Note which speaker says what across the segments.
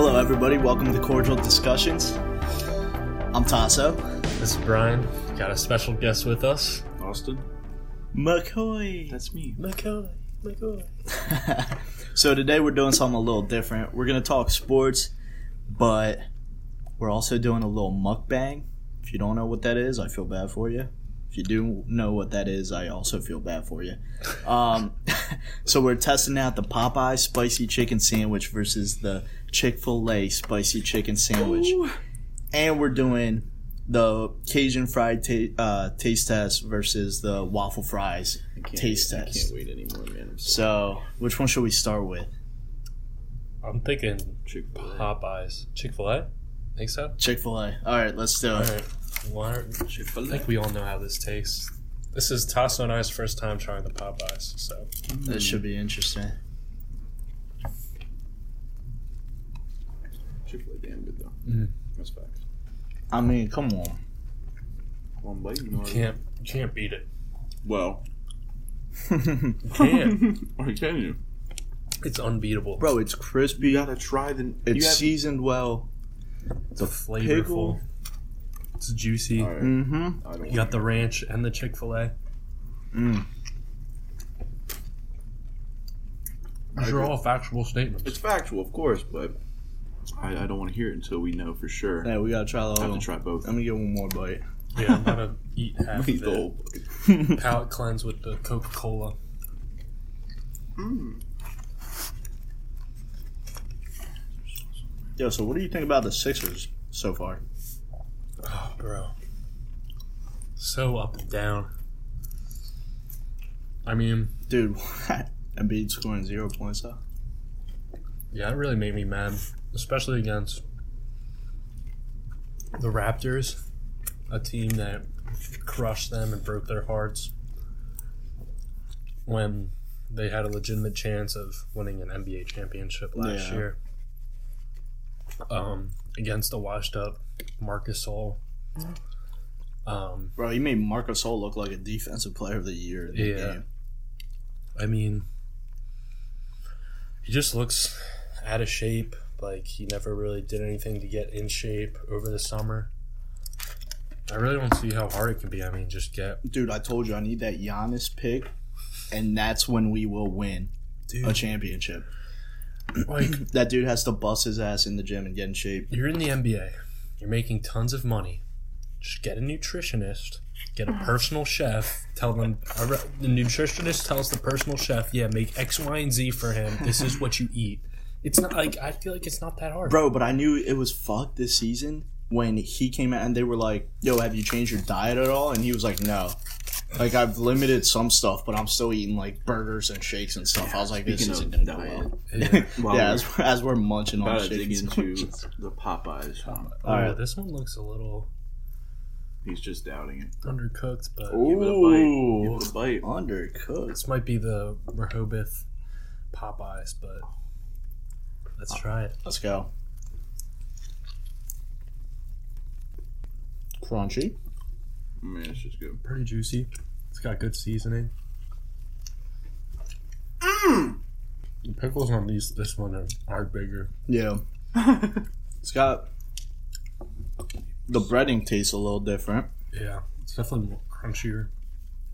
Speaker 1: Hello, everybody. Welcome to Cordial Discussions. I'm Tasso.
Speaker 2: This is Brian. Got a special guest with us.
Speaker 3: Austin?
Speaker 1: McCoy.
Speaker 3: That's me.
Speaker 2: McCoy. McCoy.
Speaker 1: So today we're doing something a little different. We're gonna talk sports, but we're also doing a little mukbang. If you don't know what that is, I feel bad for you. If you do know what that is, I also feel bad for you. Um, so we're testing out the Popeye spicy chicken sandwich versus the Chick Fil A spicy chicken sandwich, and we're doing the Cajun fried ta- uh, taste test versus the waffle fries taste
Speaker 3: I
Speaker 1: test.
Speaker 3: can't wait anymore, man. I'm
Speaker 1: So which one should we start with?
Speaker 2: I'm thinking
Speaker 3: Chick
Speaker 2: Popeyes. Chick fil A? Think so?
Speaker 1: Chick Fil A. All right, let's do it.
Speaker 2: Alright. One- I think we all know how this tastes. This is Tasso and I's first time trying the Popeyes, so
Speaker 1: This should be interesting.
Speaker 3: Chick fil A damn good, though.
Speaker 2: Mm.
Speaker 3: That's facts.
Speaker 1: I mean, come on.
Speaker 3: One bite, you know.
Speaker 2: can't you can't beat it.
Speaker 3: Well.
Speaker 2: Can't.
Speaker 3: Or can you?
Speaker 2: it's unbeatable.
Speaker 1: Bro, it's
Speaker 3: You
Speaker 1: crispy.
Speaker 3: gotta try the.
Speaker 1: It's
Speaker 3: you have-
Speaker 1: seasoned well.
Speaker 2: it's flavorful.
Speaker 1: pickle.
Speaker 2: It's juicy.
Speaker 3: All right.
Speaker 1: Mm-hmm.
Speaker 3: I don't
Speaker 2: You got the ranch and the Chick fil A.
Speaker 1: Mm.
Speaker 2: These are all factual
Speaker 3: It's
Speaker 2: statements.
Speaker 3: factual, of course, but I, I don't want to hear it until we know for sure.
Speaker 1: Hey, we gotta try the
Speaker 3: I have
Speaker 1: whole.
Speaker 3: to try both.
Speaker 1: Let me get one more bite.
Speaker 2: Yeah, I'm gonna eat half of
Speaker 3: Eat the
Speaker 2: it.
Speaker 3: whole bucket.
Speaker 2: Palate cleanse with the Coca Cola.
Speaker 3: Mm.
Speaker 1: Yo, so what do you think about the Sixers so far?
Speaker 2: Oh, bro. So up and down. I mean,
Speaker 1: Dude, Embiid scoring zero points, though.
Speaker 2: yeah, it really made me mad, especially against the Raptors, a team that crushed them and broke their hearts when they had a legitimate chance of winning an NBA championship last
Speaker 1: Yeah.
Speaker 2: year. Um, against a washed up Marcus Sol. Um,
Speaker 1: Bro, you made Marcus All look like a defensive player of the year in that
Speaker 2: Yeah.
Speaker 1: game.
Speaker 2: I mean, he just looks out of shape. Like he never really did anything to get in shape over the summer. I really don't see how hard it can be. I mean, just get
Speaker 1: Dude, I told you I need that Giannis pick, and that's when we will win a championship.
Speaker 2: like
Speaker 1: That dude has to bust his ass in the gym and get in shape.
Speaker 2: you're in the NBA. You're making tons of money. Just get a nutritionist. Get a personal chef. Tell them I re- the nutritionist tells the personal chef, "Yeah, make X, Y, and Z for him. This is what you eat." It's not like I feel like it's not that hard.
Speaker 1: Bro, but I knew it was fucked this season when he came out and they were like, "Yo, have you changed your diet at all?" And he was like, "No." Like I've limited some stuff, but I'm still eating like burgers and shakes and stuff. I was like, "This
Speaker 3: Speaking
Speaker 1: isn't
Speaker 3: of
Speaker 1: gonna go
Speaker 3: diet,
Speaker 1: well."
Speaker 2: Yeah.
Speaker 3: While
Speaker 1: yeah,
Speaker 3: we're
Speaker 1: as, as we're munching on
Speaker 3: about to dig
Speaker 1: shakes. and
Speaker 3: into
Speaker 1: sandwiches.
Speaker 3: the Popeyes. um,
Speaker 2: Oh,
Speaker 1: Alright.
Speaker 2: this one looks a little
Speaker 3: He's just doubting it.
Speaker 2: undercooked, but
Speaker 3: Give it a bite.
Speaker 1: Ooh,
Speaker 3: Give it a bite.
Speaker 1: undercooked.
Speaker 2: this might be the Rehoboth Popeyes. But let's try it.
Speaker 1: Let's go. Crunchy.
Speaker 3: Man, it's just good.
Speaker 2: Pretty juicy. It's got good seasoning. The pickles on these this one are, are bigger.
Speaker 1: Yeah, it's got the breading tastes a little different.
Speaker 2: Yeah, it's definitely more crunchier.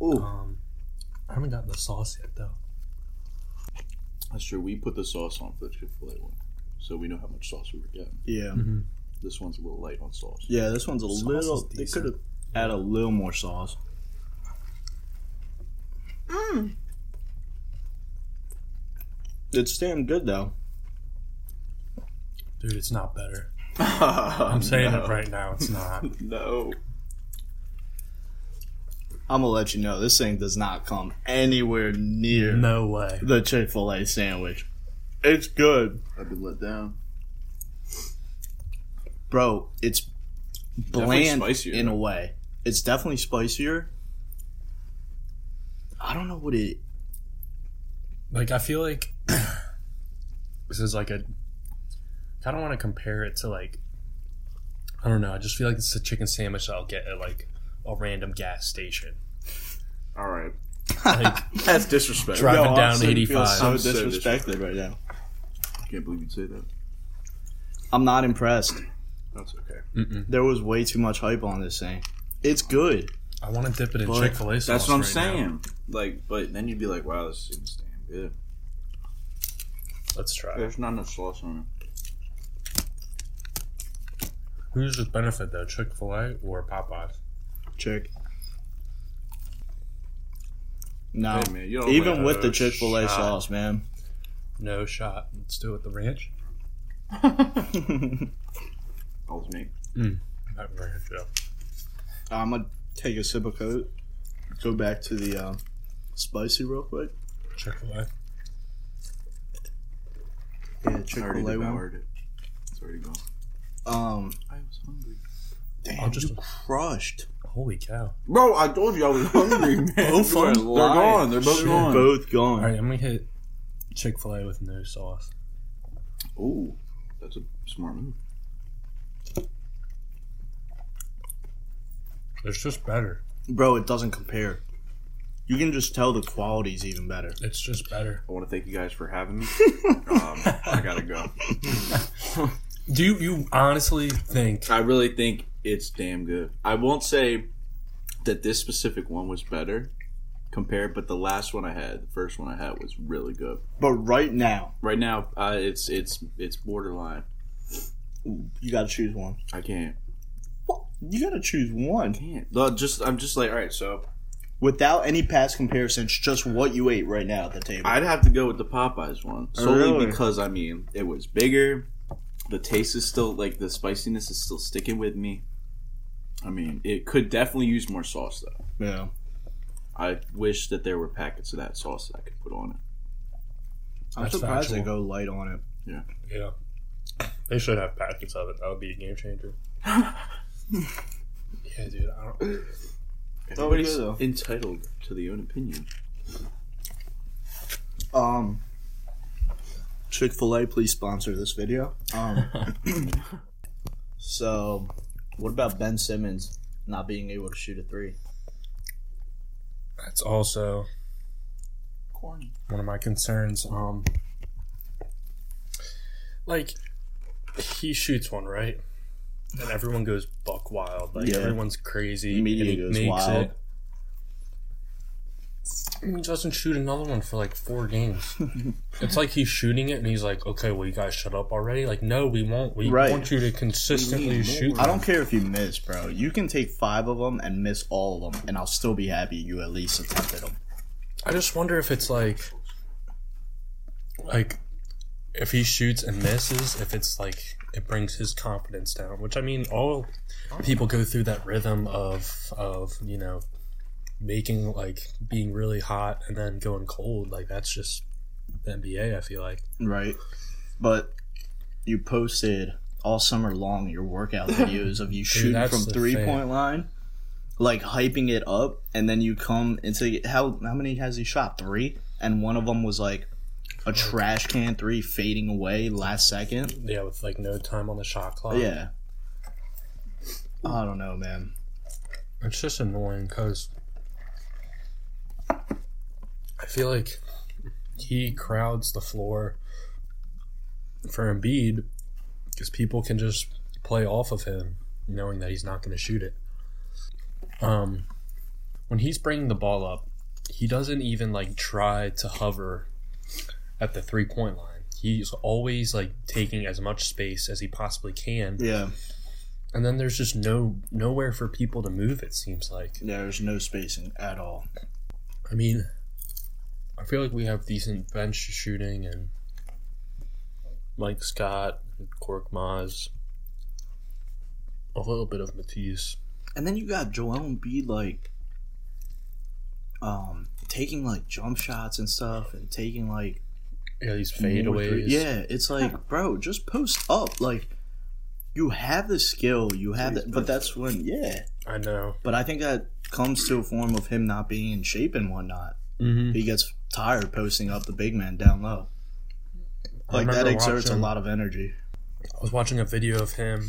Speaker 1: Ooh,
Speaker 2: Um, I haven't gotten the sauce yet though.
Speaker 3: That's true. We put the sauce on for the Chick fil A one, so we know how much sauce we were getting.
Speaker 1: yeah.
Speaker 3: This one's a little light on sauce.
Speaker 1: Yeah, this one's a
Speaker 2: Sauce is
Speaker 1: little. They could
Speaker 2: decent.
Speaker 1: have added a little more sauce. It's damn good though.
Speaker 2: Dude, it's not better.
Speaker 3: I'm
Speaker 1: Oh,
Speaker 2: I'm saying it right now. It's not.
Speaker 3: No.
Speaker 1: I'm gonna let you know this thing does not come anywhere near
Speaker 2: no way.
Speaker 1: the Chick Fil A sandwich. It's good,
Speaker 3: I've been let down.
Speaker 1: bro. It's
Speaker 3: Definitely
Speaker 1: bland
Speaker 3: spicier.
Speaker 1: in a way. It's definitely spicier. I don't know what it.
Speaker 2: Like I feel like this is like a. I don't want to compare it to like. I don't know. I just feel like it's a chicken sandwich that I'll get at like a random gas station.
Speaker 3: All right.
Speaker 2: Like
Speaker 3: That's disrespect.
Speaker 2: Driving
Speaker 1: Yo,
Speaker 2: down
Speaker 1: honestly, it
Speaker 2: 85.
Speaker 1: feels So
Speaker 3: I'm so
Speaker 1: disrespected right now.
Speaker 3: Can't believe you'd say that.
Speaker 1: I'm not impressed.
Speaker 3: That's okay.
Speaker 1: There was way too much hype on this thing. It's good.
Speaker 2: I want to dip it in
Speaker 1: But
Speaker 2: Chick Fil A sauce.
Speaker 3: That's what I'm
Speaker 2: right now.
Speaker 3: saying. Like, but then you'd be like, wow, this is damn good.
Speaker 2: Let's try. it.
Speaker 3: There's not enough sauce on it.
Speaker 2: Who's the benefit though, Chick Fil A or Popeyes?
Speaker 1: Chick. No.
Speaker 3: Hey, man, you don't
Speaker 1: Even
Speaker 3: like-
Speaker 1: with the
Speaker 2: oh,
Speaker 1: Chick fil A
Speaker 2: shot.
Speaker 1: sauce, man.
Speaker 2: No shot. Let's do it the ranch.
Speaker 3: that was me.
Speaker 2: Not ranch, yeah.
Speaker 1: I'm going to take a sip of Coke. Go back to the um, spicy real quick.
Speaker 2: Chick Fil A.
Speaker 1: Yeah,
Speaker 3: I
Speaker 1: Chick
Speaker 3: already
Speaker 1: fil A one.
Speaker 3: devoured it. It's already gone.
Speaker 1: Um,
Speaker 3: I was hungry.
Speaker 1: damn,
Speaker 2: I'll just-
Speaker 1: you crushed.
Speaker 2: Holy cow!
Speaker 3: Bro, I told you I was hungry, man.
Speaker 1: Both
Speaker 3: You are
Speaker 1: of
Speaker 3: They're
Speaker 1: them lied.
Speaker 3: gone. They're both
Speaker 2: Shit.
Speaker 3: gone.
Speaker 1: Both gone.
Speaker 2: All right, I'm gonna hit Chick Fil A with no sauce.
Speaker 3: Ooh, that's a smart move.
Speaker 2: It's just better.
Speaker 1: Bro, it doesn't compare. You can just tell the quality's even better.
Speaker 2: It's just better.
Speaker 3: I want to thank you guys for having me. um, I gotta go.
Speaker 2: Do you, you honestly think?
Speaker 3: I really think it's damn good. I won't say that this specific one was better compared, but the last one I had, the first one I had, was really good.
Speaker 1: But right now,
Speaker 3: Right now, uh, it's it's it's borderline.
Speaker 1: you gotta choose one.
Speaker 3: I can't,
Speaker 1: You gotta choose one.
Speaker 3: can't. No, just I'm just like, all right. So
Speaker 1: Without any past comparisons, just what you ate right now at the table.
Speaker 3: I'd have to go with the Popeyes one solely
Speaker 1: Really?
Speaker 3: because I mean it was bigger. The taste is still like the spiciness is still sticking with me. I mean, it could definitely use more sauce though.
Speaker 1: yeah.
Speaker 3: I wish that there were packets of that sauce that I could put on it.
Speaker 1: I'm
Speaker 2: That's
Speaker 1: surprised they
Speaker 2: factual.
Speaker 1: go light on it.
Speaker 2: Yeah, they should have packets of it. That would be a game changer. yeah, dude. I don't.
Speaker 1: That would be
Speaker 3: Everybody's
Speaker 1: good, though.
Speaker 3: entitled to their own opinion.
Speaker 1: Um, Chick Fil A, please sponsor this video. Um, so, what about Ben Simmons not being able to shoot a three?
Speaker 2: That's also
Speaker 3: Corny.
Speaker 2: one of my concerns. Um, like he shoots one right, and everyone goes buck wild. Like
Speaker 1: Yeah.
Speaker 2: everyone's crazy.
Speaker 1: Media
Speaker 2: and he
Speaker 1: goes
Speaker 2: makes
Speaker 1: wild.
Speaker 2: it. And He doesn't shoot another one for like four games. it's like he's shooting it, and he's like, "Okay, well, you guys shut up already." Like, no, we won't. We
Speaker 1: Right.
Speaker 2: want you to consistently shoot.
Speaker 1: I don't care if you miss, bro. You can take five of them and miss all of them, and I'll still be happy you at least attempted them.
Speaker 2: I just wonder if it's like, like, if he shoots and misses, if it's like it brings his confidence down. Which I mean, all people go through that rhythm of of you know making like being really hot and then going cold. Like that's just the NBA. I feel like
Speaker 1: Right. But you posted all summer long your workout videos of you shooting
Speaker 2: that's
Speaker 1: from
Speaker 2: the
Speaker 1: three
Speaker 2: thing.
Speaker 1: point line, like hyping it up, and then you come into how how many has he shot? Three? And one of them was like a trash can three fading away last second.
Speaker 2: yeah, with like no time on the shot clock.
Speaker 1: Yeah. I don't know, man.
Speaker 2: It's just annoying because I feel like he crowds the floor for Embiid because people can just play off of him knowing that he's not going to shoot it. Um, when he's bringing the ball up, he doesn't even like try to hover at the three point line. He's always like taking as much space as he possibly can,
Speaker 1: Yeah.
Speaker 2: and then there's just no nowhere for people to move. It seems like.
Speaker 1: There's no spacing at all.
Speaker 2: I mean, I feel like we have decent bench shooting and Mike Scott, Cork Maz, a little bit of Matisse.
Speaker 1: And then you got Joel Embiid like um taking like jump shots and stuff and taking like
Speaker 2: Yeah, these
Speaker 1: more three-
Speaker 2: fadeaways.
Speaker 1: Yeah, it's like, bro, just post up. Like, you have the skill, you have that, but that's when, yeah.
Speaker 2: I know.
Speaker 1: But I think that comes to a form of him not being in shape and whatnot.
Speaker 2: Mm-hmm.
Speaker 1: He gets tired posting up the big man down low. Like that exerts a lot of energy.
Speaker 2: I was watching a video of him.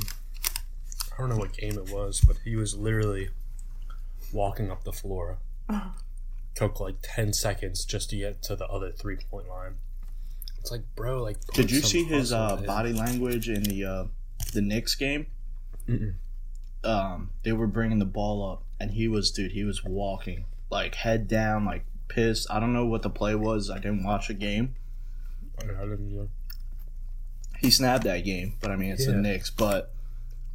Speaker 2: I don't know what game it was, but he was literally walking up the floor. Took like 10 seconds just to get to the other three point line. It's It's like, bro, like.
Speaker 1: Did
Speaker 2: put
Speaker 1: you
Speaker 2: some
Speaker 1: see his
Speaker 2: hustle
Speaker 1: uh,
Speaker 2: in.
Speaker 1: body language in the uh, the Knicks game?
Speaker 2: Mm-mm.
Speaker 1: Um, they were bringing the ball up, and he was, dude, he was walking like head down, like pissed. I don't know what the play was. I didn't watch the game.
Speaker 2: I didn't know.
Speaker 1: He snapped that game, but I mean, it's the
Speaker 2: Yeah.
Speaker 1: Knicks. But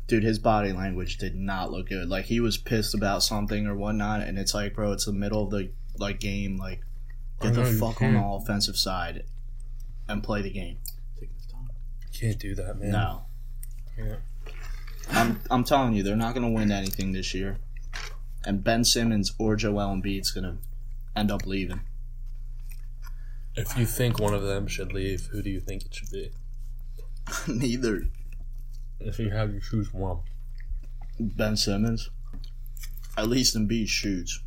Speaker 1: dude, his body language did not look good. Like he was pissed about something or whatnot, and it's like, bro, it's the middle of the like game. Like,
Speaker 2: I
Speaker 1: get the
Speaker 2: know, you
Speaker 1: fuck on the
Speaker 2: can't.
Speaker 1: offensive side and play the game.
Speaker 3: Take his time.
Speaker 2: Can't do that, man.
Speaker 1: No.
Speaker 2: Yeah.
Speaker 1: I'm I'm telling you, they're not going to win anything this year, and Ben Simmons or Joel Embiid's going to end up leaving.
Speaker 2: If you think one of them should leave, who do you think it should be?
Speaker 1: Neither
Speaker 2: If you had to choose one,
Speaker 1: Ben Simmons. At least Embiid shoots.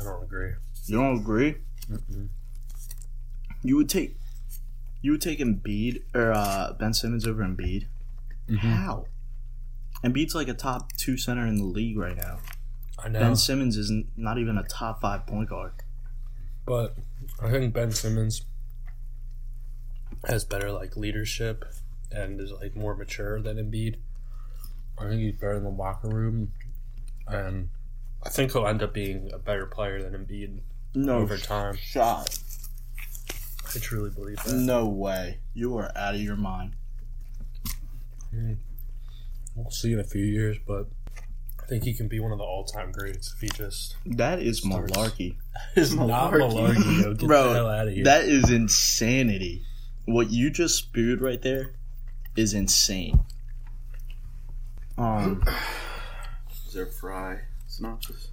Speaker 2: I don't agree.
Speaker 1: You don't agree?
Speaker 2: Mm-mm.
Speaker 1: You would take you would take Embiid or uh, Ben Simmons over Embiid. How? Embiid's like a top two center in the league right now.
Speaker 2: I know,
Speaker 1: Ben Simmons is n- not even a top five point guard.
Speaker 2: but I think Ben Simmons has better like leadership and is like more mature than Embiid. I think he's better in the locker room, and I think he'll end up being a better player than Embiid
Speaker 1: No
Speaker 2: over time.
Speaker 1: shot.
Speaker 2: I truly believe that.
Speaker 1: No way. You are out of your mind.
Speaker 2: We'll see in a few years, but I think he can be one of the all-time greats if he just
Speaker 1: That is malarkey.
Speaker 2: is
Speaker 1: not
Speaker 2: not
Speaker 1: Malarkey.
Speaker 2: malarkey. Yo, Get
Speaker 1: Bro,
Speaker 2: the hell out of here.
Speaker 1: That is insanity. What you just spewed right there is insane. Um,
Speaker 3: Is there fry? Synopsis.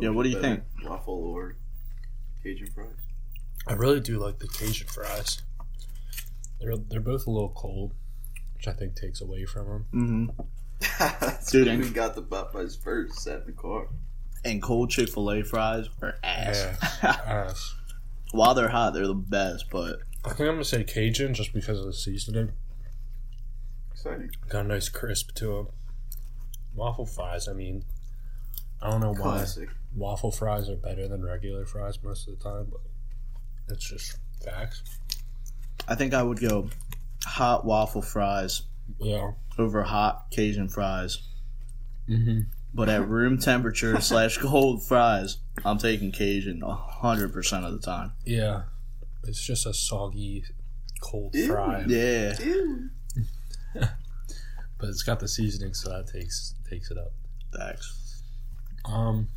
Speaker 1: Yeah, what do you
Speaker 3: Better, Waffle or Cajun fries?
Speaker 2: I really do like the Cajun fries. They're they're both a little cold, which I think takes away from them.
Speaker 1: mhm.
Speaker 3: That's
Speaker 1: Dude,
Speaker 3: why
Speaker 1: and-
Speaker 3: we got the Popeyes first. Sat in the car.
Speaker 1: and cold Chick Fil A fries are ass.
Speaker 2: Ass.
Speaker 1: While they're hot, they're the best. But
Speaker 2: I think I'm gonna say Cajun just because of the seasoning.
Speaker 3: Exciting.
Speaker 2: Got a nice crisp to them. Waffle fries. I mean, I don't know why
Speaker 3: Classic.
Speaker 2: waffle fries are better than regular fries most of the time, but it's just facts.
Speaker 1: I think I would go hot waffle fries
Speaker 2: Yeah.
Speaker 1: over hot Cajun fries.
Speaker 2: Mm-hmm.
Speaker 1: But at room temperature slash cold fries, I'm taking Cajun hundred percent of the time.
Speaker 2: Yeah. It's just a soggy, cold
Speaker 3: Ew.
Speaker 2: fry.
Speaker 1: Yeah.
Speaker 3: Ew.
Speaker 2: but it's got the seasoning, so that takes takes it up.
Speaker 1: Thanks.
Speaker 2: Um,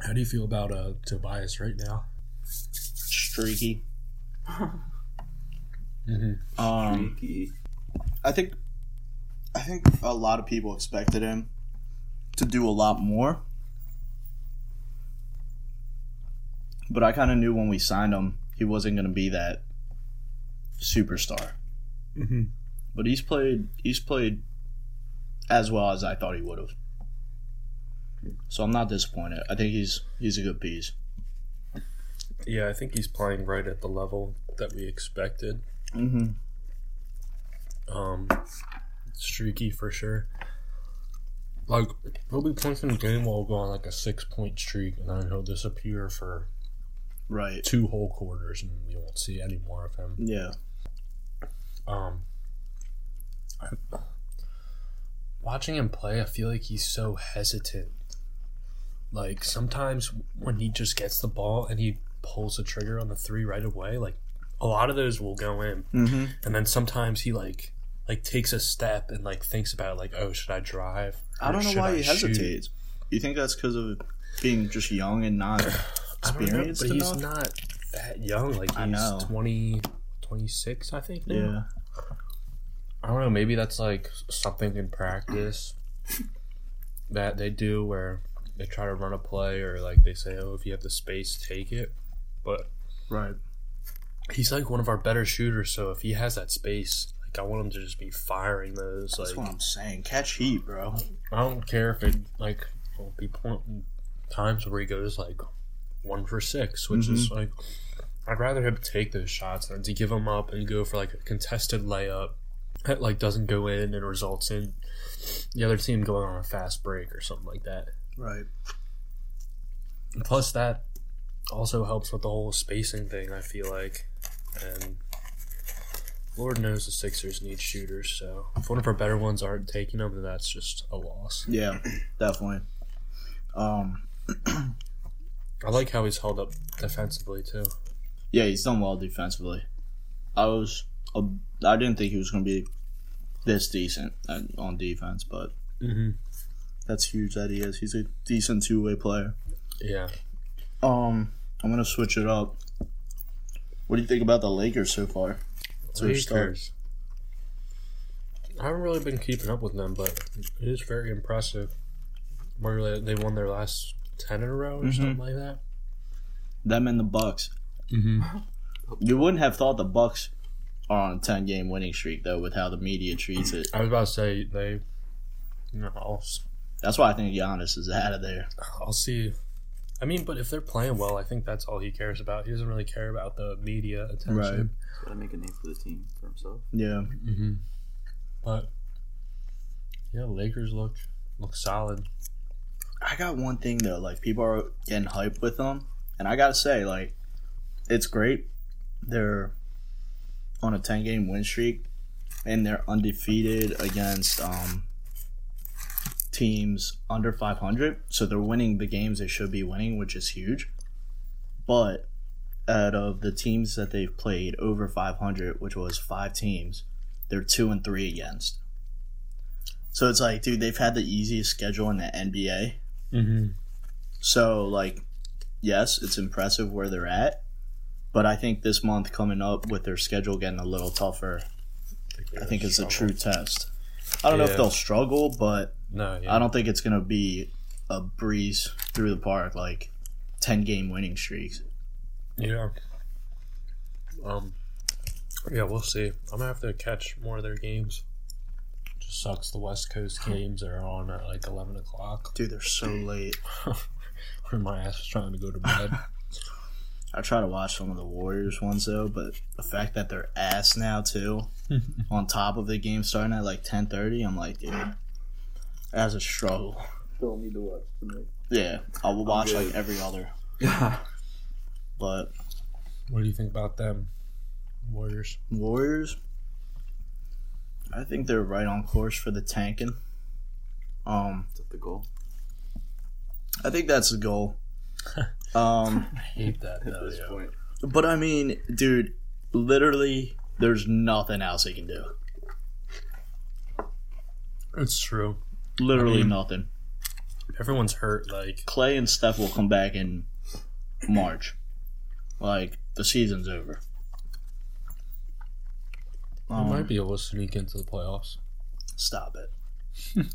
Speaker 2: how do you feel about uh Tobias right now?
Speaker 1: Streaky.
Speaker 2: Mm-hmm.
Speaker 1: Um
Speaker 3: Freaky.
Speaker 1: I think I think a lot of people expected him to do a lot more. But I kind of knew when we signed him he wasn't going to be that superstar.
Speaker 2: Mm-hmm.
Speaker 1: But he's played he's played as well as I thought he would have. So I'm not disappointed. I think he's he's a good piece.
Speaker 2: Yeah, I think he's playing right at the level that we expected.
Speaker 1: Mm-hmm.
Speaker 2: Um, streaky for sure. Like he'll be playing some game while go on like a six point streak, and then he'll disappear for
Speaker 1: Right.
Speaker 2: two whole quarters, and we won't see any more of him.
Speaker 1: Yeah.
Speaker 2: Um, I, watching him play, I feel like he's so hesitant. Like sometimes when he just gets the ball and he pulls the trigger on the three right away, like a lot of those will go in.
Speaker 1: Mm-hmm.
Speaker 2: And then sometimes he like like takes a step and like thinks about like, oh, should I drive?
Speaker 1: I
Speaker 2: Or
Speaker 1: don't know
Speaker 2: should
Speaker 1: why
Speaker 2: I
Speaker 1: he
Speaker 2: shoot?
Speaker 1: hesitates. You think that's because of being just young and not
Speaker 2: I don't know,
Speaker 1: experienced
Speaker 2: but he's
Speaker 1: enough?
Speaker 2: not that young. Like he's
Speaker 1: I know.
Speaker 2: 20, 26, I think. Now.
Speaker 1: yeah.
Speaker 2: I don't know. Maybe that's like something in practice that they do where they try to run a play or like they say, oh, if you have the space, take it. But
Speaker 1: Right.
Speaker 2: he's like one of our better shooters, so if he has that space, like I want him to just be firing those.
Speaker 1: That's
Speaker 2: Like
Speaker 1: what I'm saying. Catch heat, bro.
Speaker 2: I don't care if it like will be point times where he goes like one for six, which is like I'd rather him take those shots than to give them up and go for like a contested layup that like doesn't go in and results in the other team going on a fast break or something like that.
Speaker 1: Right.
Speaker 2: And plus that also helps with the whole spacing thing. I feel like and Lord knows the Sixers need shooters. So if one of our better ones aren't taking them, then that's just a loss.
Speaker 1: Yeah, definitely. Um,
Speaker 2: I like how he's held up defensively too.
Speaker 1: yeah, he's done well defensively. I was, uh, I didn't think he was going to be this decent at, on defense, but
Speaker 2: Mm-hmm.
Speaker 1: that's huge that he is. He's a decent two way player.
Speaker 2: Yeah,
Speaker 1: Um, I'm gonna switch it up. What do you think about the Lakers so far? It's their start.
Speaker 2: Lakers. I haven't really been keeping up with them, but it is very impressive. Where they- they won their last ten in a row or
Speaker 1: Mhm.
Speaker 2: something like that.
Speaker 1: Them and the Bucks.
Speaker 2: Mm-hmm.
Speaker 1: You wouldn't have thought the Bucks are on a ten game winning streak though, with how the media treats it.
Speaker 2: I was about to say they. You know, I'll, s-
Speaker 1: That's why I think Giannis is out of there.
Speaker 2: I'll see. I mean, but if they're playing well, I think that's all he cares about. He doesn't really care about the media attention.
Speaker 3: Gotta make a name for the team for himself.
Speaker 1: Yeah.
Speaker 2: Mm-hmm. But yeah, Lakers look look solid.
Speaker 1: I got one thing though, like people are getting hype with them, and I gotta say, like, it's great. They're on a ten game win streak, and they're undefeated against um, teams under five hundred. So they're winning the games they should be winning, which is huge. But out of the teams that they've played over five hundred, which was five teams, they're two and three against. So it's like, dude, they've had the easiest schedule in the NBA.
Speaker 2: Mm-hmm.
Speaker 1: So, like, yes, it's impressive where they're at, but I think this month coming up with their schedule getting a little tougher, I think it's a true test. I don't know if
Speaker 2: Yeah.
Speaker 1: they'll struggle, but
Speaker 2: No, yeah.
Speaker 1: I don't think it's going to be a breeze through the park like 10 game winning streaks.
Speaker 2: Yeah. Um. Yeah, we'll see. I'm gonna have to catch more of their games. Just sucks. The West Coast games are on at like 11 o'clock.
Speaker 1: Dude, they're so late.
Speaker 2: When my ass is trying to go to bed.
Speaker 1: I try to watch some of the Warriors ones though, but the fact that they're ass now too, on top of the game starting at like 10:30, I'm like, dude, that's a struggle.
Speaker 3: Don't need to watch tonight.
Speaker 1: Yeah, I will watch
Speaker 3: good.
Speaker 1: like every other. But
Speaker 2: what do you think about them, Warriors?
Speaker 1: Warriors, I think they're right on course for the tanking. Um,
Speaker 3: Is that the goal?
Speaker 1: I think that's the goal. um,
Speaker 2: I hate that.
Speaker 3: At
Speaker 2: Though,
Speaker 3: this
Speaker 2: yeah.
Speaker 3: point,
Speaker 1: but I mean, dude, literally, there's nothing else they can do.
Speaker 2: It's true.
Speaker 1: Literally
Speaker 2: I mean-
Speaker 1: nothing.
Speaker 2: Everyone's hurt. Like,
Speaker 1: Clay and Steph will come back in March. Like the season's over.
Speaker 2: I
Speaker 1: Um,
Speaker 2: might be able to sneak into the playoffs.
Speaker 1: Stop it.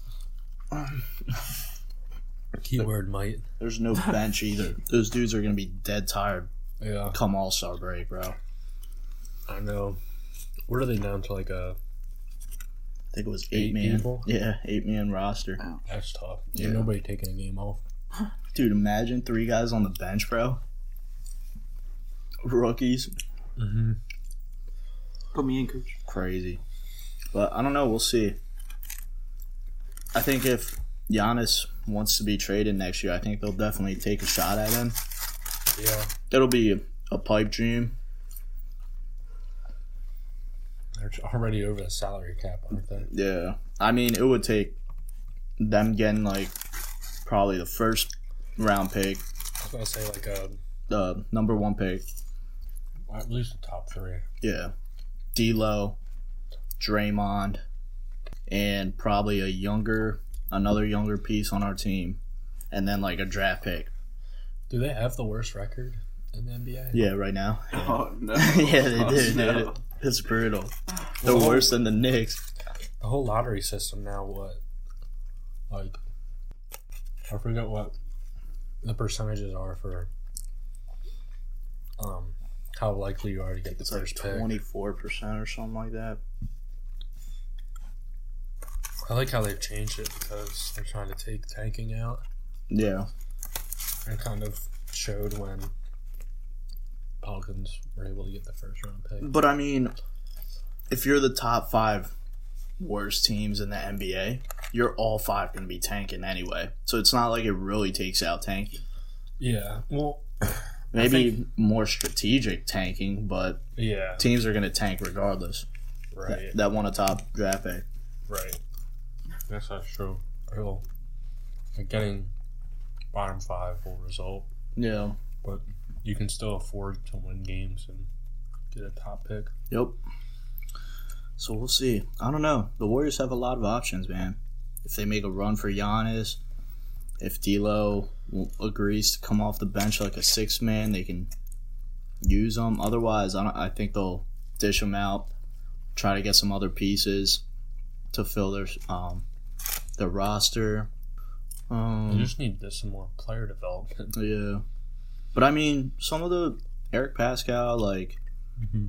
Speaker 2: Keyword might.
Speaker 1: There's no bench either. Those dudes are gonna be dead tired
Speaker 2: Yeah.
Speaker 1: come All Star break, bro. I
Speaker 2: I know. What are they down to? Like a
Speaker 1: think it was eight,
Speaker 2: Eight
Speaker 1: man.
Speaker 2: people?
Speaker 1: Yeah, eight man roster.
Speaker 2: that's tough.
Speaker 1: Yeah.
Speaker 2: Yeah. Nobody taking a game off.
Speaker 1: Dude, imagine three guys on the bench, bro. Rookies,
Speaker 2: Mm-hmm.
Speaker 3: put me in, coach.
Speaker 1: crazy. But I don't know. We'll see. I think if Giannis wants to be traded next year, I think they'll definitely take a shot at him.
Speaker 2: Yeah.
Speaker 1: It'll be a pipe dream.
Speaker 2: They're already over the salary cap, aren't they?
Speaker 1: Yeah, I mean, it would take them getting like probably the first round pick,
Speaker 2: I was gonna say like a
Speaker 1: the number one pick.
Speaker 2: at least the top three.
Speaker 1: Yeah. D'Lo, Draymond, and probably a younger, another younger piece on our team, and then like a draft pick.
Speaker 2: Do they have the worst record in the NBA?
Speaker 1: Yeah, right now.
Speaker 3: Oh no!
Speaker 1: yeah, they
Speaker 3: Oh,
Speaker 1: did,
Speaker 3: no.
Speaker 1: dude. It's brutal. They're
Speaker 2: Well-
Speaker 1: worse than the Knicks.
Speaker 2: The whole lottery system now. What? Like, I forget what the percentages are for. Um, how likely you are to get the
Speaker 1: It's like
Speaker 2: first pick.
Speaker 1: twenty four percent or something like that.
Speaker 2: I like how they've changed it because they're trying to take tanking out.
Speaker 1: Yeah.
Speaker 2: and kind of showed when Pelicans were able to get the first round pick.
Speaker 1: But I mean, if you're the top five worst teams in the NBA, you're all five gonna be tanking anyway. So it's not like it really takes out tanking.
Speaker 2: Yeah. Well,
Speaker 1: Maybe more strategic tanking, but
Speaker 2: Yeah.
Speaker 1: teams are going to tank regardless.
Speaker 2: Right.
Speaker 1: That want a top draft pick.
Speaker 2: Right. Yes, that's true. Well, like getting bottom five will result,
Speaker 1: Yeah.
Speaker 2: but you can still afford to win games and get a top pick.
Speaker 1: Yep. So we'll see. I don't know. The Warriors have a lot of options, man. If they make a run for Giannis, if D'Lo w- agrees to come off the bench like a six man, they can use them. Otherwise, I don't, I think they'll dish them out, try to get some other pieces to fill their um their roster.
Speaker 2: You
Speaker 1: Um,
Speaker 2: just need this and more player development.
Speaker 1: yeah, but I mean, some of the Eric Pascal like
Speaker 2: Mm-hmm.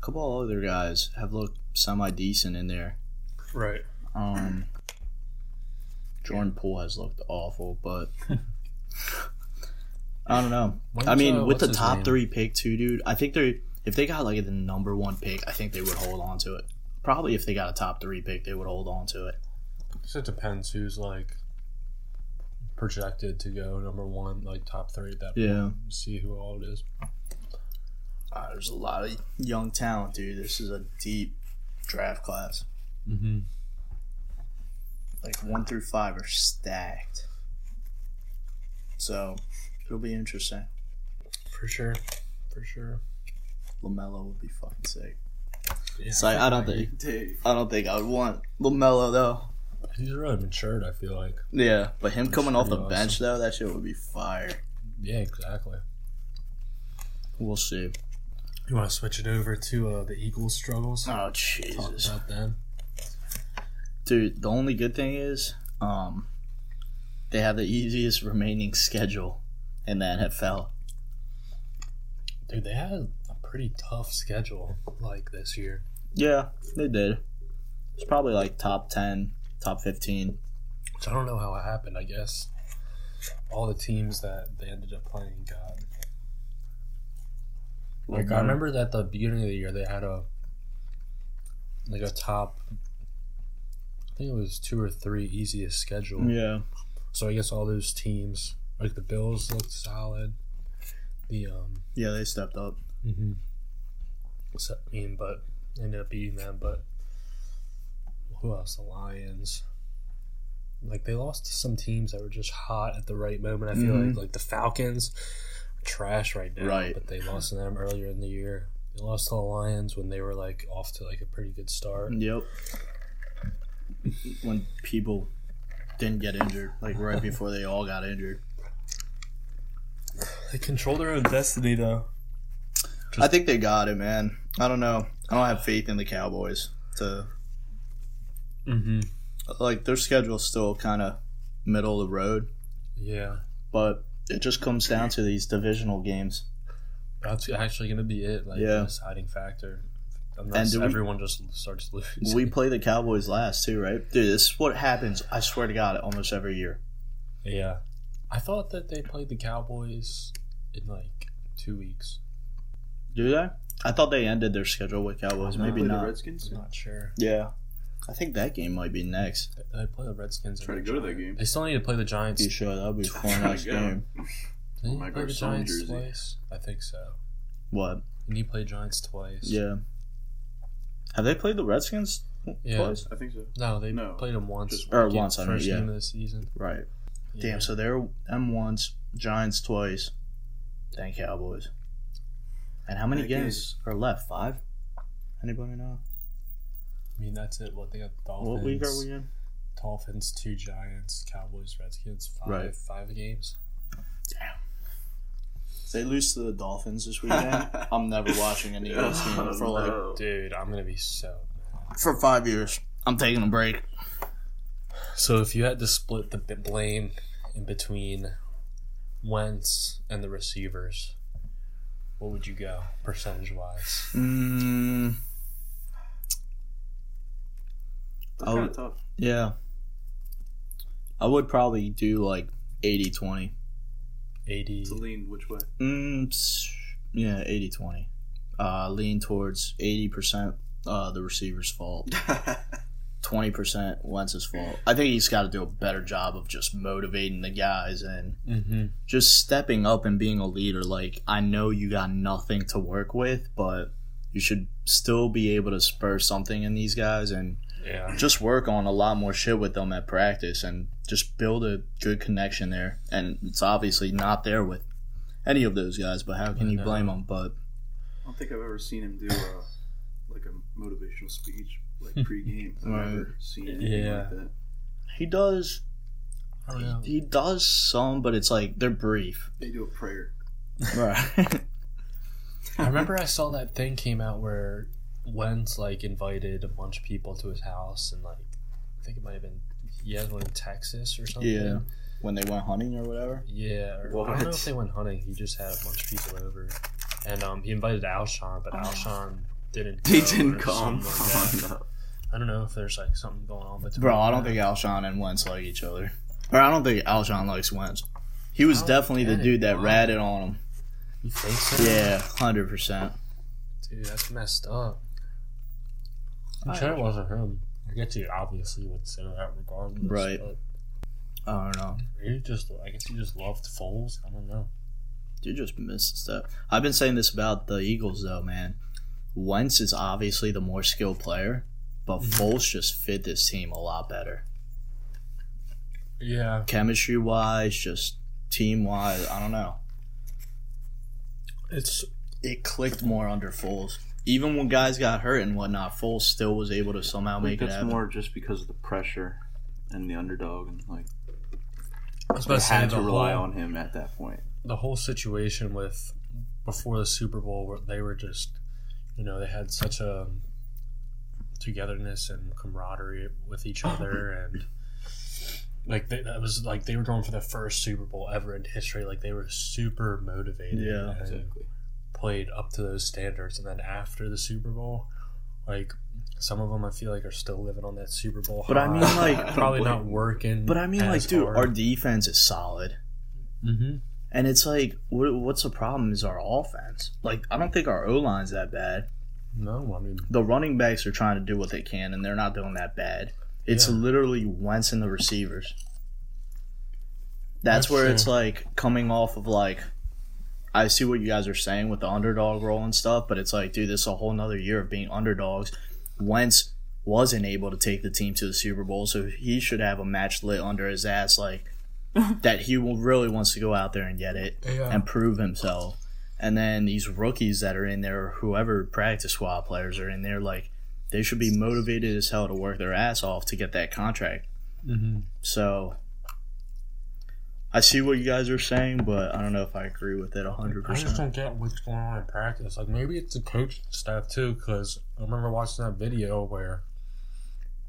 Speaker 1: couple other guys have looked semi decent in there.
Speaker 2: Right.
Speaker 1: Um, Jordan Poole has looked awful, but I don't know.
Speaker 2: When's,
Speaker 1: I mean,
Speaker 2: uh,
Speaker 1: with the
Speaker 2: what's his
Speaker 1: top
Speaker 2: name?
Speaker 1: three pick, too, dude, I think they're if they got like the number one pick, I think they would hold on to it. Probably if they got a top three pick, they would hold on to it.
Speaker 2: Guess it depends who's like projected to go number one, like top three at that point.
Speaker 1: Yeah,
Speaker 2: See who all it is.
Speaker 1: uh, there's a lot of young talent, dude. This is a deep draft class.
Speaker 2: Mm-hmm.
Speaker 1: like one through five are stacked. So it'll be interesting.
Speaker 2: For sure. For sure.
Speaker 1: Lamelo would be fucking sick.
Speaker 2: Yeah,
Speaker 1: So I, I don't think
Speaker 3: Dave.
Speaker 1: I don't think I would want Lamelo though.
Speaker 2: he's really matured. I feel like.
Speaker 1: Yeah, but him coming off the
Speaker 2: pretty
Speaker 1: bench though, that shit would be fire.
Speaker 2: Yeah, exactly.
Speaker 1: We'll see.
Speaker 2: You want to switch it over to uh, the Eagles' struggles?
Speaker 1: Oh
Speaker 2: Talk
Speaker 1: Jesus,
Speaker 2: about them.
Speaker 1: dude. The only good thing is, um, they have the easiest remaining schedule in the NFL.
Speaker 2: Dude, they had a pretty tough schedule like this year.
Speaker 1: Yeah, they did. It's probably like top ten, top fifteen.
Speaker 2: So I don't know how it happened. I guess all the teams that they ended up playing got. Like I remember that the beginning of the year they had a like a top. I think it was two or three easiest schedule.
Speaker 1: Yeah.
Speaker 2: So I guess all those teams, like the Bills, looked solid. The um,
Speaker 1: Yeah, they stepped up.
Speaker 2: Mm-hmm. What's that mean? But ended up beating them. But who else? The Lions. Like they lost to some teams that were just hot at the right moment. I feel
Speaker 1: Mhm.
Speaker 2: like like the Falcons, are trash right now.
Speaker 1: Right.
Speaker 2: But they lost to them earlier in the year. They lost to the Lions when they were like off to like a pretty good start.
Speaker 1: Yep. When people didn't get injured, like right before they all got injured.
Speaker 2: They control their own destiny though.
Speaker 1: I think they got it, man. I don't know. I don't have faith in the Cowboys to
Speaker 2: Mm-hmm.
Speaker 1: like their schedule's still kind of middle of the road,
Speaker 2: Yeah.
Speaker 1: but it just comes down to these divisional games.
Speaker 2: That's actually gonna be it. Like
Speaker 1: Yeah.
Speaker 2: the deciding factor. Unless
Speaker 1: do we-
Speaker 2: everyone just starts losing.
Speaker 1: We play the Cowboys last too, right? Dude, this is what happens. I swear to God, almost every year.
Speaker 2: Yeah. I thought that they played the Cowboys in like two weeks.
Speaker 1: Do they? I thought they ended their schedule with Cowboys. Maybe
Speaker 3: Play
Speaker 1: not.
Speaker 3: The Redskins.
Speaker 2: I'm not sure.
Speaker 1: Yeah, I think that game might be next.
Speaker 2: They- They play the Redskins. and
Speaker 3: Try to
Speaker 2: the
Speaker 3: go to that
Speaker 2: Giants.
Speaker 3: game.
Speaker 2: They still need to play the Giants.
Speaker 1: Be sure that'll be a fun
Speaker 3: Try to
Speaker 1: next
Speaker 3: go.
Speaker 1: game.
Speaker 2: They need
Speaker 3: my
Speaker 2: to play the
Speaker 3: Garcon
Speaker 2: Giants
Speaker 3: jersey.
Speaker 2: twice. I think so.
Speaker 1: What?
Speaker 2: They need to play Giants twice.
Speaker 1: Yeah. Have they played the Redskins
Speaker 2: Yeah.
Speaker 1: twice?
Speaker 3: I think so.
Speaker 2: No, they
Speaker 3: No.
Speaker 2: played them once.
Speaker 3: Just-
Speaker 1: Or
Speaker 2: Game-
Speaker 1: once, I mean,
Speaker 2: first
Speaker 1: yeah.
Speaker 2: game of the season.
Speaker 1: Right.
Speaker 2: Yeah.
Speaker 1: Damn. So they're them once, Giants twice, then Cowboys. And how many
Speaker 3: That
Speaker 1: games are left? Five. Anybody know?
Speaker 2: I mean, that's it. What they got? The Dolphins.
Speaker 1: What week are we in?
Speaker 2: Dolphins, two Giants, Cowboys, Redskins, five,
Speaker 1: Right.
Speaker 2: five games.
Speaker 1: If they lose to the Dolphins this weekend, I'm never watching any of this game for like
Speaker 2: Dude, I'm gonna be so.
Speaker 1: for five years. I'm taking a break.
Speaker 2: So if you had to split the b- blame in between Wentz and the receivers, what would you go percentage wise?
Speaker 1: Mm,
Speaker 3: That's kind
Speaker 1: Oh.
Speaker 3: of tough.
Speaker 1: yeah. I would probably do like 80 20.
Speaker 2: Eighty.
Speaker 3: To lean which way?
Speaker 1: Mm, s- yeah, 80 20. Uh, lean towards 80% uh, the receiver's fault, twenty percent Wentz's fault. I think he's got to do a better job of just motivating the guys and
Speaker 2: Mm-hmm.
Speaker 1: just stepping up and being a leader. Like I know you got nothing to work with, but you should still be able to spur something in these guys and
Speaker 2: Yeah.
Speaker 1: just work on a lot more shit with them at practice and just build a good connection there. And it's obviously not there with any of those guys, but how can you
Speaker 2: No.
Speaker 1: blame them? But
Speaker 4: I don't think I've ever seen him do uh, like a motivational speech like pregame. I've
Speaker 1: Right.
Speaker 4: never seen anything
Speaker 2: Yeah.
Speaker 4: like that.
Speaker 1: he does
Speaker 2: I don't know.
Speaker 1: he does some, but it's like they're brief.
Speaker 4: They do a prayer.
Speaker 1: Right.
Speaker 2: I remember I saw that thing came out where Wentz like invited a bunch of people to his house and like I think it might have been he had one in Texas or something.
Speaker 1: Yeah. when they went hunting or whatever.
Speaker 2: Yeah, or, I don't know
Speaker 3: What?
Speaker 2: if they went hunting. He just had a bunch of people over, and um, he invited Alshon, but Alshon didn't.
Speaker 3: He
Speaker 2: go
Speaker 3: didn't
Speaker 2: or
Speaker 3: come. Oh,
Speaker 2: something like that. I don't know if there's like something going on between.
Speaker 1: Bro, I don't
Speaker 2: them.
Speaker 1: think Alshon and Wentz like each other. Or I don't think Alshon likes Wentz. He was
Speaker 2: Oh,
Speaker 1: definitely the
Speaker 2: get it.
Speaker 1: dude that
Speaker 2: Wow.
Speaker 1: ratted on him.
Speaker 2: You think so?
Speaker 1: Yeah, hundred percent.
Speaker 2: Dude, that's messed up. I'm sure it wasn't him. I guess you obviously would say that regardless.
Speaker 1: Right.
Speaker 2: But
Speaker 1: I don't know.
Speaker 2: you just, I guess you just loved Foles. I don't know.
Speaker 1: You just missed the step. I've been saying this about the Eagles though, man. Wentz is obviously the more skilled player, but Foles just fit this team a lot better.
Speaker 2: Yeah.
Speaker 1: Chemistry wise, just team wise, I don't know.
Speaker 2: It's
Speaker 1: It clicked more under Foles. Even when guys got hurt and whatnot, Foles still was able to somehow
Speaker 3: I
Speaker 1: make
Speaker 3: think
Speaker 1: it
Speaker 3: that's
Speaker 1: happen.
Speaker 3: more just because of the pressure and the underdog, and like
Speaker 2: I was
Speaker 3: you
Speaker 2: about to say
Speaker 3: had
Speaker 2: the
Speaker 3: to rely
Speaker 2: whole,
Speaker 3: on him at that point.
Speaker 2: the whole situation with before the Super Bowl where they were just you know they had such a togetherness and camaraderie with each other and like they, that was like they were going for the first Super Bowl ever in history like they were super motivated
Speaker 1: Yeah.
Speaker 2: and played up to those standards and then after the Super Bowl like some of them I feel like are still living on that Super Bowl
Speaker 1: But I mean,
Speaker 2: high,
Speaker 1: like-
Speaker 3: I don't
Speaker 2: probably
Speaker 3: blame
Speaker 2: not
Speaker 3: him.
Speaker 2: working
Speaker 1: But I mean,
Speaker 2: as
Speaker 1: like, dude,
Speaker 2: hard.
Speaker 1: our defense is solid,
Speaker 2: Mhm.
Speaker 1: and it's like, what, what's the problem? Is our offense? Like, I don't think our O line's that bad.
Speaker 2: no I mean
Speaker 1: The running backs are trying to do what they can, and they're not doing that bad. It's
Speaker 2: Yeah.
Speaker 1: literally Wentz and the receivers. That's
Speaker 2: That's
Speaker 1: where
Speaker 2: true.
Speaker 1: it's like coming off of like, I see what you guys are saying with the underdog role and stuff, but it's like, dude, this is a whole nother year of being underdogs. Wentz wasn't able to take the team to the Super Bowl, so he should have a match lit under his ass, like that he will- really wants to go out there and get it
Speaker 2: Yeah.
Speaker 1: and prove himself. And then these rookies that are in there, whoever practice squad players are in there, like they should be motivated as hell to work their ass off to get that contract.
Speaker 2: mhm.
Speaker 1: So I see what you guys are saying, but I don't know if I agree with it hundred
Speaker 2: I just
Speaker 1: percent.
Speaker 2: don't get what's going on in practice. Like maybe it's the coach staff too, because I remember watching that video where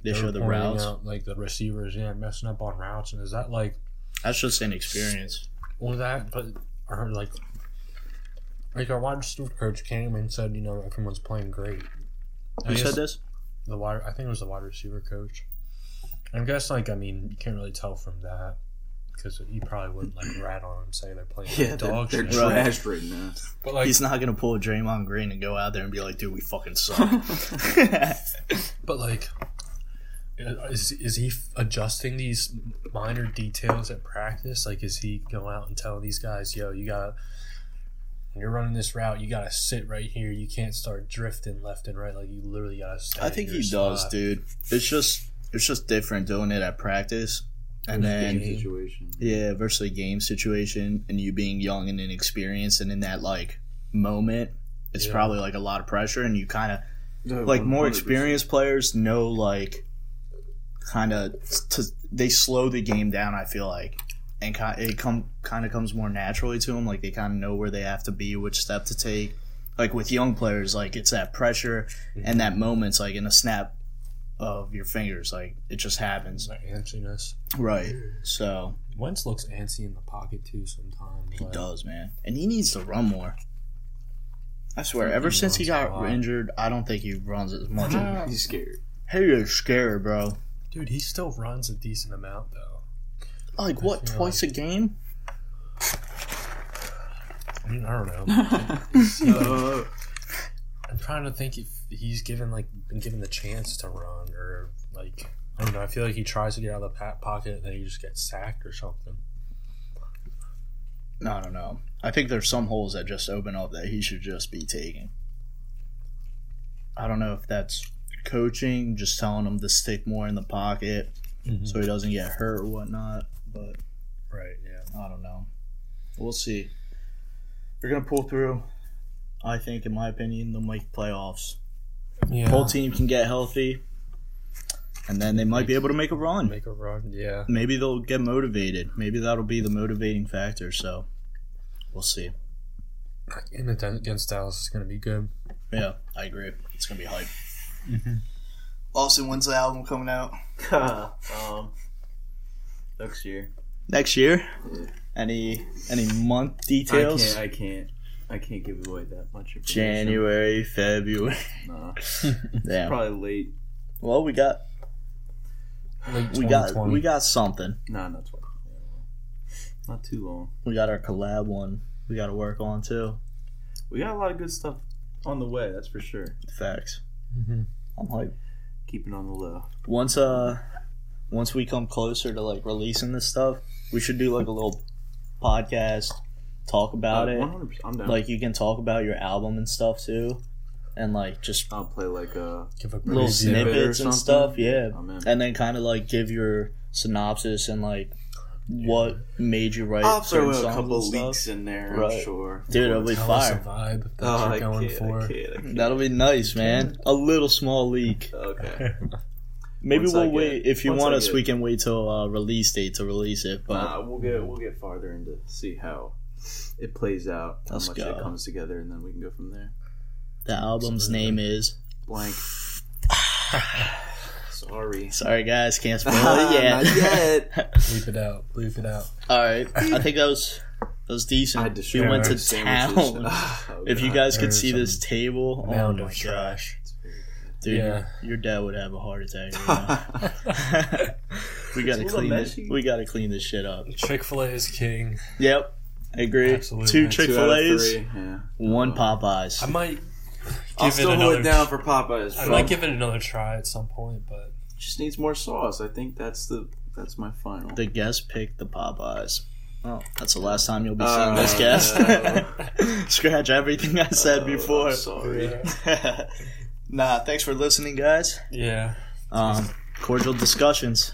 Speaker 1: They show
Speaker 2: were
Speaker 1: the
Speaker 2: pointing
Speaker 1: routes.
Speaker 2: out, like the receivers, yeah, messing up on routes, and is that like
Speaker 1: That's just inexperience.
Speaker 2: or that? But or like, like our wide receiver coach came and said, you know, everyone's playing great. I
Speaker 1: Who
Speaker 2: guess
Speaker 1: said this?
Speaker 2: The wide, I think it was the wide receiver coach. I guess like I mean you can't really tell from that because he probably wouldn't like rat on him say they're playing
Speaker 3: Yeah,
Speaker 2: like
Speaker 3: they're,
Speaker 2: dog
Speaker 3: they're
Speaker 2: shit.
Speaker 1: Right.
Speaker 3: trashed right now.
Speaker 2: But like
Speaker 1: He's not gonna pull a Draymond Green and go out there and be like, "Dude, we fucking suck."
Speaker 2: But like, is is he f- adjusting these minor details at practice? Like, is he going out and telling these guys, "Yo, you gotta." When you're running this route, you gotta sit right here. You can't start drifting left and right. Like you literally gotta. Stay
Speaker 1: I
Speaker 2: in
Speaker 1: think
Speaker 2: your
Speaker 1: he does,
Speaker 2: spot.
Speaker 1: dude. It's just it's just different doing it at practice, and then
Speaker 2: game.
Speaker 3: situation.
Speaker 1: yeah, versus a game situation, and you being young and inexperienced, and in that like moment, it's
Speaker 2: Yeah.
Speaker 1: probably like a lot of pressure, and you kind of
Speaker 3: No,
Speaker 1: like more
Speaker 3: 100%.
Speaker 1: experienced players know like kind of to they slow the game down. I feel like. And ki- it come kind of comes more naturally to them. Like they kind of know where they have to be, which step to take. Like with young players, like it's that pressure and that moment's like in a snap of your fingers like it just happens
Speaker 2: That antsiness.
Speaker 1: right so
Speaker 2: Wentz looks antsy in the pocket too sometimes.
Speaker 1: he
Speaker 2: like-
Speaker 1: does man and he needs to run more i swear ever
Speaker 2: He
Speaker 1: since he
Speaker 2: runs a
Speaker 1: got
Speaker 2: lot. Uh,
Speaker 1: injured i don't think he runs as much
Speaker 3: He's scared.
Speaker 1: he is scared bro
Speaker 2: Dude, he still runs a decent amount though.
Speaker 1: like what
Speaker 2: feel
Speaker 1: twice a game
Speaker 2: I mean, I don't know.
Speaker 3: Uh,
Speaker 2: I'm trying to think if he's given like been given the chance to run or like I don't know. I feel like he tries to get out of the pat pocket and then he just gets sacked or something.
Speaker 1: No, I don't know. I think there's some holes that just open up that he should just be taking. I don't know if that's coaching, just telling him to stick more in the pocket
Speaker 3: Mm-hmm.
Speaker 1: so he doesn't get hurt or whatnot, but
Speaker 2: Right. Yeah.
Speaker 1: I don't know. We'll see. They're gonna pull through. I think, in my opinion, they'll make playoffs.
Speaker 2: Yeah.
Speaker 1: Whole team can get healthy, and then they might be able to make a run.
Speaker 2: Make a run. Yeah.
Speaker 1: Maybe they'll get motivated. Maybe that'll be the motivating factor. So, we'll see.
Speaker 2: In against Dallas is going to be good.
Speaker 1: Yeah, I agree. It's gonna be hype.
Speaker 3: Mm-hmm.
Speaker 1: Austin, when's the album coming out?
Speaker 3: um, next year.
Speaker 1: Next year. Any any month
Speaker 3: I
Speaker 1: details?
Speaker 3: can't. I can't. I can't give away that much. information.
Speaker 1: January, February.
Speaker 3: Nah,
Speaker 1: Yeah.
Speaker 3: probably late.
Speaker 1: Well, we got
Speaker 2: Late
Speaker 1: we got we got something.
Speaker 3: Nah, not twenty. Not too long.
Speaker 1: We got our collab one. We got to work on too.
Speaker 3: We got a lot of good stuff on the way. That's for sure.
Speaker 1: Facts.
Speaker 2: Mhm.
Speaker 1: I'm hyped.
Speaker 3: Keeping on the low.
Speaker 1: Once uh, once we come closer to like releasing this stuff, we should do like a little podcast, talk about it.
Speaker 3: Uh, One hundred percent. I'm down.
Speaker 1: Like you can talk about your album and stuff too, and like just
Speaker 3: I'll play like a
Speaker 2: Give a
Speaker 1: little
Speaker 2: brief snippet.
Speaker 3: snippet. or
Speaker 1: snippets and
Speaker 3: something?
Speaker 1: stuff. Yeah,
Speaker 3: I'm in.
Speaker 1: and then kind of like give your synopsis and like what made you write.
Speaker 3: I'll
Speaker 1: certain
Speaker 3: throw a
Speaker 1: songs
Speaker 3: couple
Speaker 1: and stuff.
Speaker 3: leaks in there.
Speaker 1: Right.
Speaker 3: I'm sure.
Speaker 1: Dude, it'll be
Speaker 2: Tell us a
Speaker 1: fire.
Speaker 2: vibe that
Speaker 3: Oh, I
Speaker 2: you're going
Speaker 3: can't, I
Speaker 2: for.
Speaker 3: can't, I can't.
Speaker 1: That'll be nice, man. A little small leak.
Speaker 3: Okay.
Speaker 1: Maybe
Speaker 3: Once I
Speaker 1: we'll
Speaker 3: get-
Speaker 1: wait. If you
Speaker 3: once
Speaker 1: want
Speaker 3: I
Speaker 1: us,
Speaker 3: get-
Speaker 1: we can wait till uh, release date to release it. But
Speaker 3: Nah, we'll get we'll get farther into see how it plays out, how
Speaker 1: Let's
Speaker 3: much
Speaker 1: go.
Speaker 3: it comes together, and then we can go from there.
Speaker 1: the album's name is.
Speaker 3: Blank. Sorry.
Speaker 1: Sorry, guys, can't spoil it yet.
Speaker 3: Uh, Not yet.
Speaker 2: Leap it out. Leap it out.
Speaker 1: All right, I think that was that was decent.
Speaker 3: I
Speaker 1: we
Speaker 3: destroyed
Speaker 1: went
Speaker 2: our
Speaker 1: to
Speaker 3: sandwiches.
Speaker 1: town.
Speaker 3: Oh,
Speaker 1: If you
Speaker 3: God.
Speaker 1: guys could
Speaker 2: There's
Speaker 1: see this table, oh
Speaker 2: Mound
Speaker 1: my
Speaker 2: of
Speaker 1: gosh,
Speaker 2: trash.
Speaker 1: dude,
Speaker 2: Yeah.
Speaker 1: your dad would have a heart attack. Right now. we gotta
Speaker 3: little
Speaker 1: clean this.
Speaker 3: messy.
Speaker 1: We gotta clean this shit up.
Speaker 2: Chick Fil A is king.
Speaker 1: Yep, I agree.
Speaker 2: Absolutely.
Speaker 1: Two
Speaker 2: Two out of
Speaker 1: Chick
Speaker 3: Two out
Speaker 1: Fil
Speaker 3: of
Speaker 1: A's,
Speaker 3: three, Yeah.
Speaker 1: one
Speaker 2: I
Speaker 1: Popeyes.
Speaker 2: might.
Speaker 3: I'll
Speaker 2: give
Speaker 3: still
Speaker 2: it
Speaker 3: hold
Speaker 2: another.
Speaker 3: it down for Popeyes.
Speaker 2: I
Speaker 3: bro.
Speaker 2: might give it another try at some point, but
Speaker 3: Just needs more sauce. I think that's the that's my final.
Speaker 1: The guest picked the Popeyes. Oh, that's the last time you'll be seeing
Speaker 3: Oh,
Speaker 1: this
Speaker 3: no.
Speaker 1: guest. Scratch everything I said
Speaker 3: Oh,
Speaker 1: before.
Speaker 3: I'm sorry.
Speaker 1: nah, thanks for listening, guys.
Speaker 2: yeah.
Speaker 1: Um, cordial discussions.